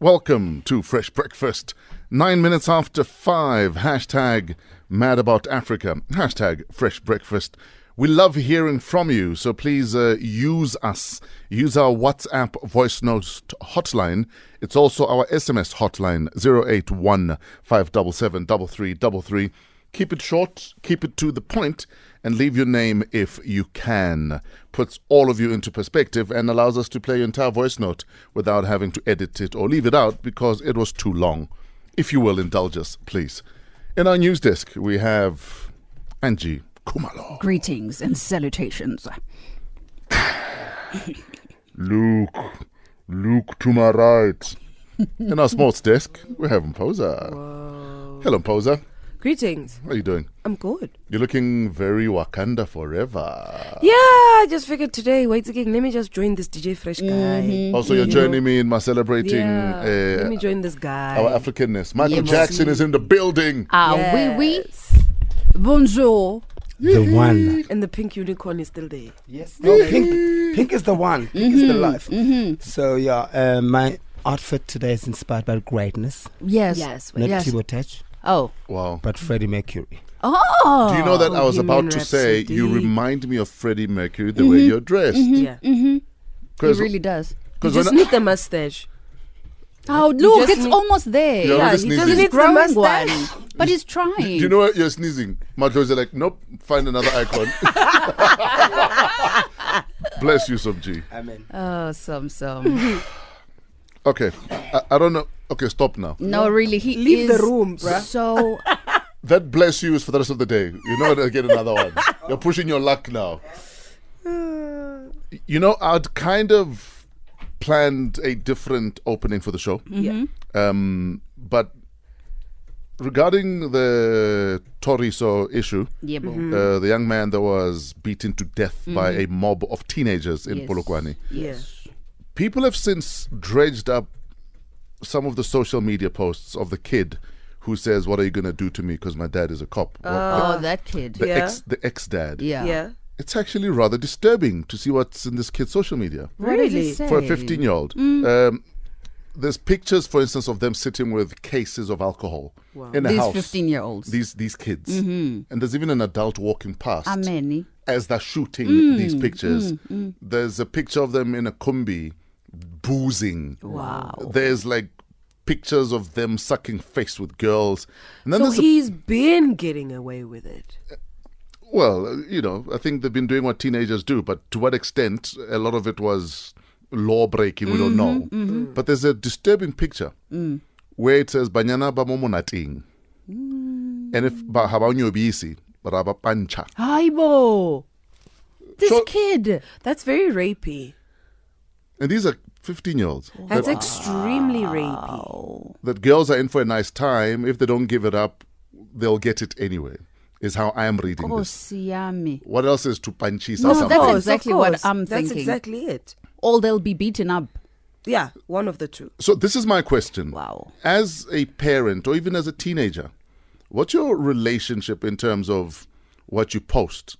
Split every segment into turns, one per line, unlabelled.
Welcome to Fresh Breakfast. Nine minutes after five. Hashtag mad about Africa. Hashtag fresh breakfast. We love hearing from you, so please uh, use us. Use our WhatsApp voice note hotline. It's also our SMS hotline 081 577 3333. Keep it short, keep it to the point, and leave your name if you can. Puts all of you into perspective and allows us to play your entire voice note without having to edit it or leave it out because it was too long. If you will indulge us, please. In our news desk, we have Angie Kumalo.
Greetings and salutations.
Look, look to my right. In our sports desk, we have Mposa. Hello, Mposa.
Greetings.
How are you doing?
I'm good.
You're looking very Wakanda forever.
Yeah, I just figured today, wait again, let me just join this DJ Fresh guy.
Also, you're
You
joining
know?
me in my celebrating
Yeah, let me
Mm-hmm. uh,
join this guy.
our Africanness. Michael
Yes.
Jackson is in the building.
Uh,
Ah,
Yes.
oui, oui. Bonjour.
the one. Mm-hmm.
and the pink unicorn is still there.
Yes, no, pink, pink is the one. Pink is the life. So yeah, uh, my outfit today is inspired by greatness,
Yes.
Yes,
not
wait.
Yes.
Timo Touch,
Oh.
Wow.
but Freddie Mercury.
Oh.
Do you know that I was
Bohemian
about to say you
Rhapsody. Mm-hmm.
remind me of Freddie Mercury the way you're dressed?
Yeah.
Mm-hmm. He
'Cause-
really does.
'cause
Just
when I-
need the mustache.
Oh, look,
just
it's
need-
almost there.
Yeah, Yeah, just he need just this.
He's
needs the
growing
mustache.
one. But he's trying.
do you know what? You're sneezing. Matlo's are like, nope, find another icon. Bless you, Subg.
Amen.
Oh, some, some.
Okay. I, I don't know. Okay, stop now.
no, really, he
Leave the
is
room, bruh.
So,
That bless you is for the rest of the day. You're not going to get another one. You're pushing your luck now. You know, I'd kind of planned a different opening for the show.
Yeah.
Um, but regarding the Toriso issue,
yeah, boy.
uh, the young man that was beaten to death by a mob of teenagers in
Yes.
Polokwane,
Yes.
people have since dredged up some of the social media posts of the kid who says, What are you going to do to me? Because my dad is a cop. What-
Oh, that kid.
the
Yeah.
ex the ex dad.
yeah.
Yeah.
It's actually rather disturbing to see what's in this kid's social media
What does
Really?
it say?
for a 15 year old.
Mm.
Um, there's pictures, for instance, of them sitting with cases of alcohol in a
These Mm-hmm.
house.
15 year olds.
These these kids, and there's even an adult walking past
How many?
as they're shooting these pictures. There's a picture of them in a kumbi, boozing.
Wow.
There's like pictures of them sucking face with girls, and then
So
there's a
he's been getting away with it.
Well, uh, you know, I think they've been doing what teenagers do, but to what extent, a lot of it was law breaking, we don't know. But there's a disturbing picture where it says, Banyana bamomonating. And if bahabanyobisi, rabapancha.
Haibo. This
So-
kid.
That's very rapey.
And these are 15 year olds.
That's
That,
extremely rapey.
that girls are in for a nice time. If they don't give it up, they'll get it anyway, is how I am reading
Oh,
this.
Siami.
What else is to panchisa?
No,
somehow?
That's
Of course,
exactly
of
what
course.
I'm
That's
thinking.
exactly it.
Or they'll be beaten up.
Yeah, one of the two.
So this is my question.
Wow.
As a parent or even as a teenager, what's your relationship in terms of what you post?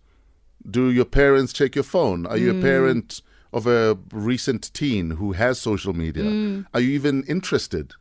Do your parents check your phone? Are you
Mm.
a parent of a recent teen who has social media? Are you even interested
Mm.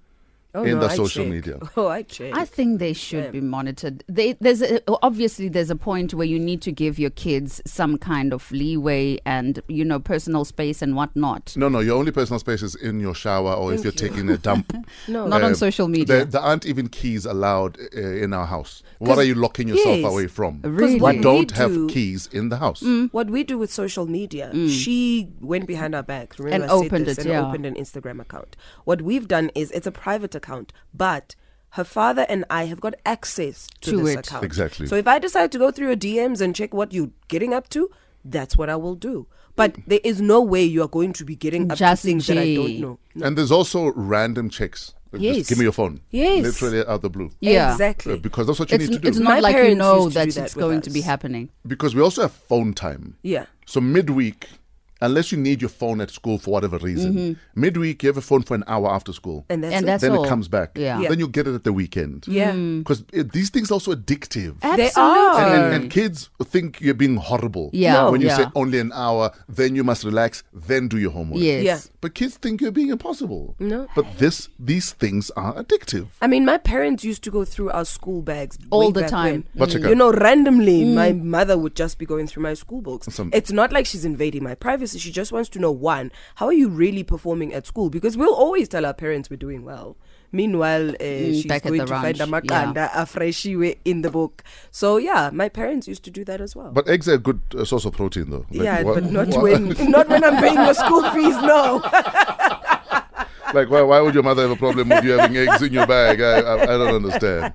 Oh,
in
no,
the
I
social
check.
media?
Oh, I check.
I think they should be monitored. They, there's a, obviously there's a point where you need to give your kids some kind of leeway and you know personal space and whatnot.
No, no, your only personal space is in your shower or if you're taking a dump.
no.
Not
Uh,
on social
there,
media.
there aren't even keys allowed uh, in our house. What are you locking yourself
yes.
away from?
Really?
what
We
we
don't have
do-
keys in the house.
Mm.
What we do with social media, she went behind our back. Remember,
And
I said
opened
this,
it,
and
yeah.
opened an Instagram account. What we've done is it's a private account, but her father and I have got access to,
To
this
it.
account.
Exactly.
So if I decide to go through your DMs and check what you're getting up to, that's what I will do. But there is no way you are going to be getting
Mm.
up
Just
to things that I
J.
don't know.
And there's also random checks. Just
Yes.
give me your phone.
Yes.
Literally out the blue.
Yeah.
Uh,
Exactly.
Because that's what you
It's,
need to do.
it's
My
not like you
parents
know
used to do
that,
that
it's
with
going to be
us.
happening.
because we also have phone time.
yeah.
So midweek, unless you need your phone at school for whatever reason, midweek you have a phone for an hour after school.
And that's,
Mm-hmm. And
it.
that's- Mm.
then
all.
it comes back.
Yeah.
Yeah.
Then you get it at the weekend.
yeah.
Because these things are also addictive.
Absolutely.
are.
and, and, and kids think you're being horrible
Oh. Yeah, No.
when you say
yeah.
only an hour, then you must relax, then do your homework.
yes.
Yeah.
But kids think you're being impossible.
No.
But this these things are addictive.
I mean, my parents used to go through our school bags
All
way
the
back
time. Mm.
But
When.
check
You
out.
know, randomly, my mother would just be going through my school books.
Some-
It's not like she's invading my privacy. She just wants to know one, how are you really performing at school? Because we'll always tell our parents we're doing well. Meanwhile, uh, she's
Mm, back at
going
the
to find a
ranch, yeah.
makanda afreshiwe in the book. So yeah, my parents used to do that as well.
But eggs are a good uh, source of protein, though. Like,
yeah,
wha-
but not
wha-
when not when I'm paying your school fees. No.
like, why, why would your mother have a problem with you having eggs in your bag? I, I, I don't understand.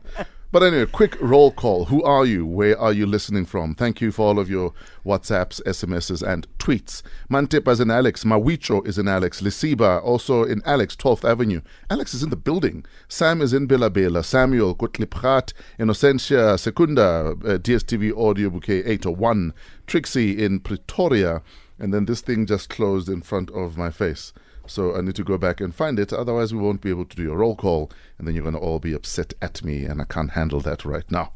But anyway, quick roll call. Who are you? Where are you listening from? Thank you for all of your WhatsApps, SMSs, and tweets. Mantipa is in Alex. Mawicho is in Alex. Lisiba, also in Alex, 12th Avenue. Alex is in the building. Sam is in Bilabela. Samuel, Kutliprat, Innocentia, Secunda, uh, DSTV Audio Bouquet 801. Trixie in Pretoria. And then this thing just closed in front of my face. So I need to go back and find it. Otherwise, we won't be able to do a roll call, and then you're going to all be upset at me, and I can't handle that right now.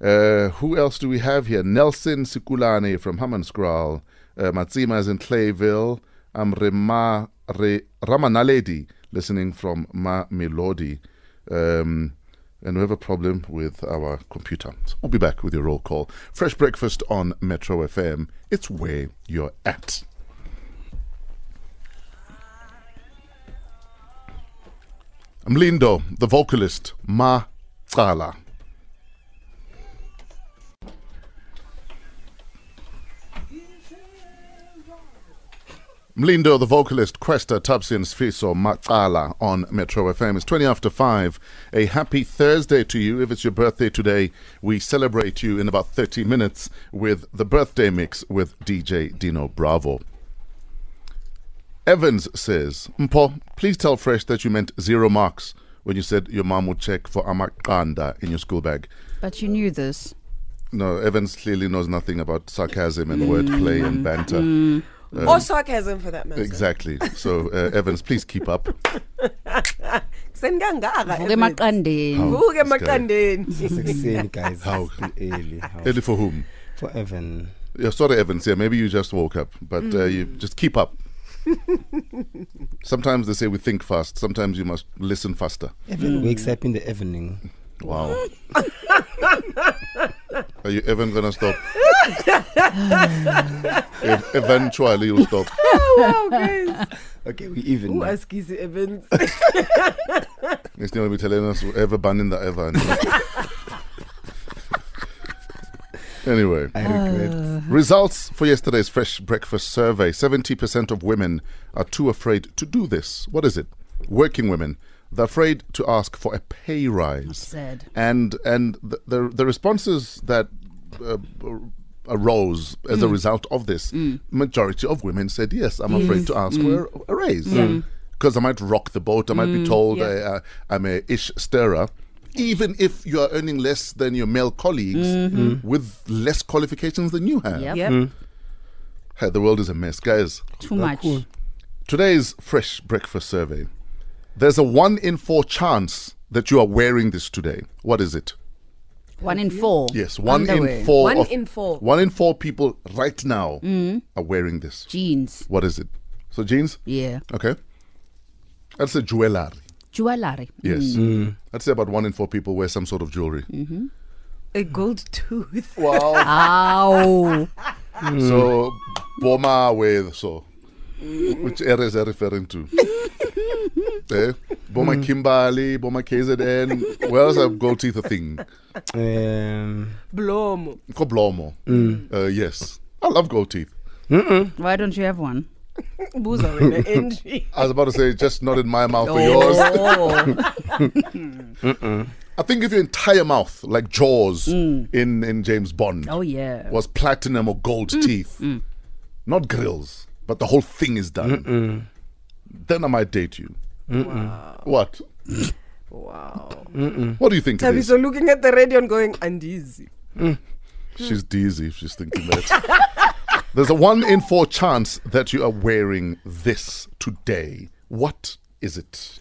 Uh, who else do we have here? Nelson Sikulane from Hammanskral. Uh, Matsima is in Clayville. I'm Rema, Re, Ramanaledi, listening from Ma Melodi. Um, and we have a problem with our computer. So we'll be back with your roll call. Fresh breakfast on Metro FM. It's where you're at. Mlindo, the vocalist, Ma Tsala. Mlindo, the vocalist, Questa, Tubsin, Sfiso, Makala on Metro FM. It's 20 after 5. A happy Thursday to you. If it's your birthday today, we celebrate you in about 30 minutes with the birthday mix with DJ Dino Bravo. Evans says, Mpo, please tell Fresh that you meant zero marks when you said your mom would check for amakanda in your school bag.
But you knew this.
No, Evans clearly knows nothing about sarcasm and wordplay and banter.
or sarcasm for that matter.
Exactly. So, uh, Evans, please keep up.
Sengangaka,
Vuka
Evan.
Oh,
emaqandeni.
Vuka
this guy.
emaqandeni.
It's insane, guys.
How-
How early? How
Early for whom?
for Evan?
Yeah, sorry, Evans. Yeah, maybe you just woke up, but uh, you just keep up. sometimes they say we think fast. Sometimes you must listen faster.
Evan wakes up in the evening.
Wow. Are you even gonna stop? E- eventually, you'll stop.
Oh, wow, guys.
Okay, we even.
Who
now.
asked Kizzy Evans?
Next thing you'll be telling us ever banning the ever. anyway.
I regret.
Results for yesterday's Fresh Breakfast survey 70% of women are too afraid to do this. What is it? Working women. They're afraid to ask for a pay rise.
sad.
And, and the, the, the responses that uh, arose as a result of this, majority of women said, Yes, I'm afraid to ask for a, a raise. Because I might rock the boat, I might be told
Yeah.
I, uh, I'm a ish stirrer. Even if you are earning less than your male colleagues with less qualifications than you have.
Yep.
yeah.
Hey, the world is a mess, guys.
Too much.
Today's fresh breakfast survey. There's a one in four chance that you are wearing this today. What is it?
One in four.
Yes, one
Underwear.
in four.
One
of-
in four. Mm.
One in four people right now are wearing this.
Jeans.
What is it? So jeans.
Yeah.
Okay. That's a jewelry.
Jewelry.
Yes.
Mm.
I'd say about one in four people wear some sort of jewelry.
A gold tooth.
Wow.
Ow.
so boma wear so.
Mm.
Which areas are referring to? eh? Boma Kimbali, Boma KZN. Where else have gold teeth a thing?
Um,
Blomo.
Koblomo. Uh, yes. I love gold teeth.
Why don't you have one?
Buza wena NG.
I was about to say, just not in my mouth or yours.
Oh.
I think if your entire mouth, like jaws in, in James Bond,
Mm. oh yeah. Mm.
was platinum or gold teeth, not grills, but the whole thing is done, then I might date you. What?
Wow.
What do you think it is?
Tabiso looking at the radio and going, Andizi.
She's dizzy if she's thinking that. There's a one in four chance that you are wearing this today. What is it?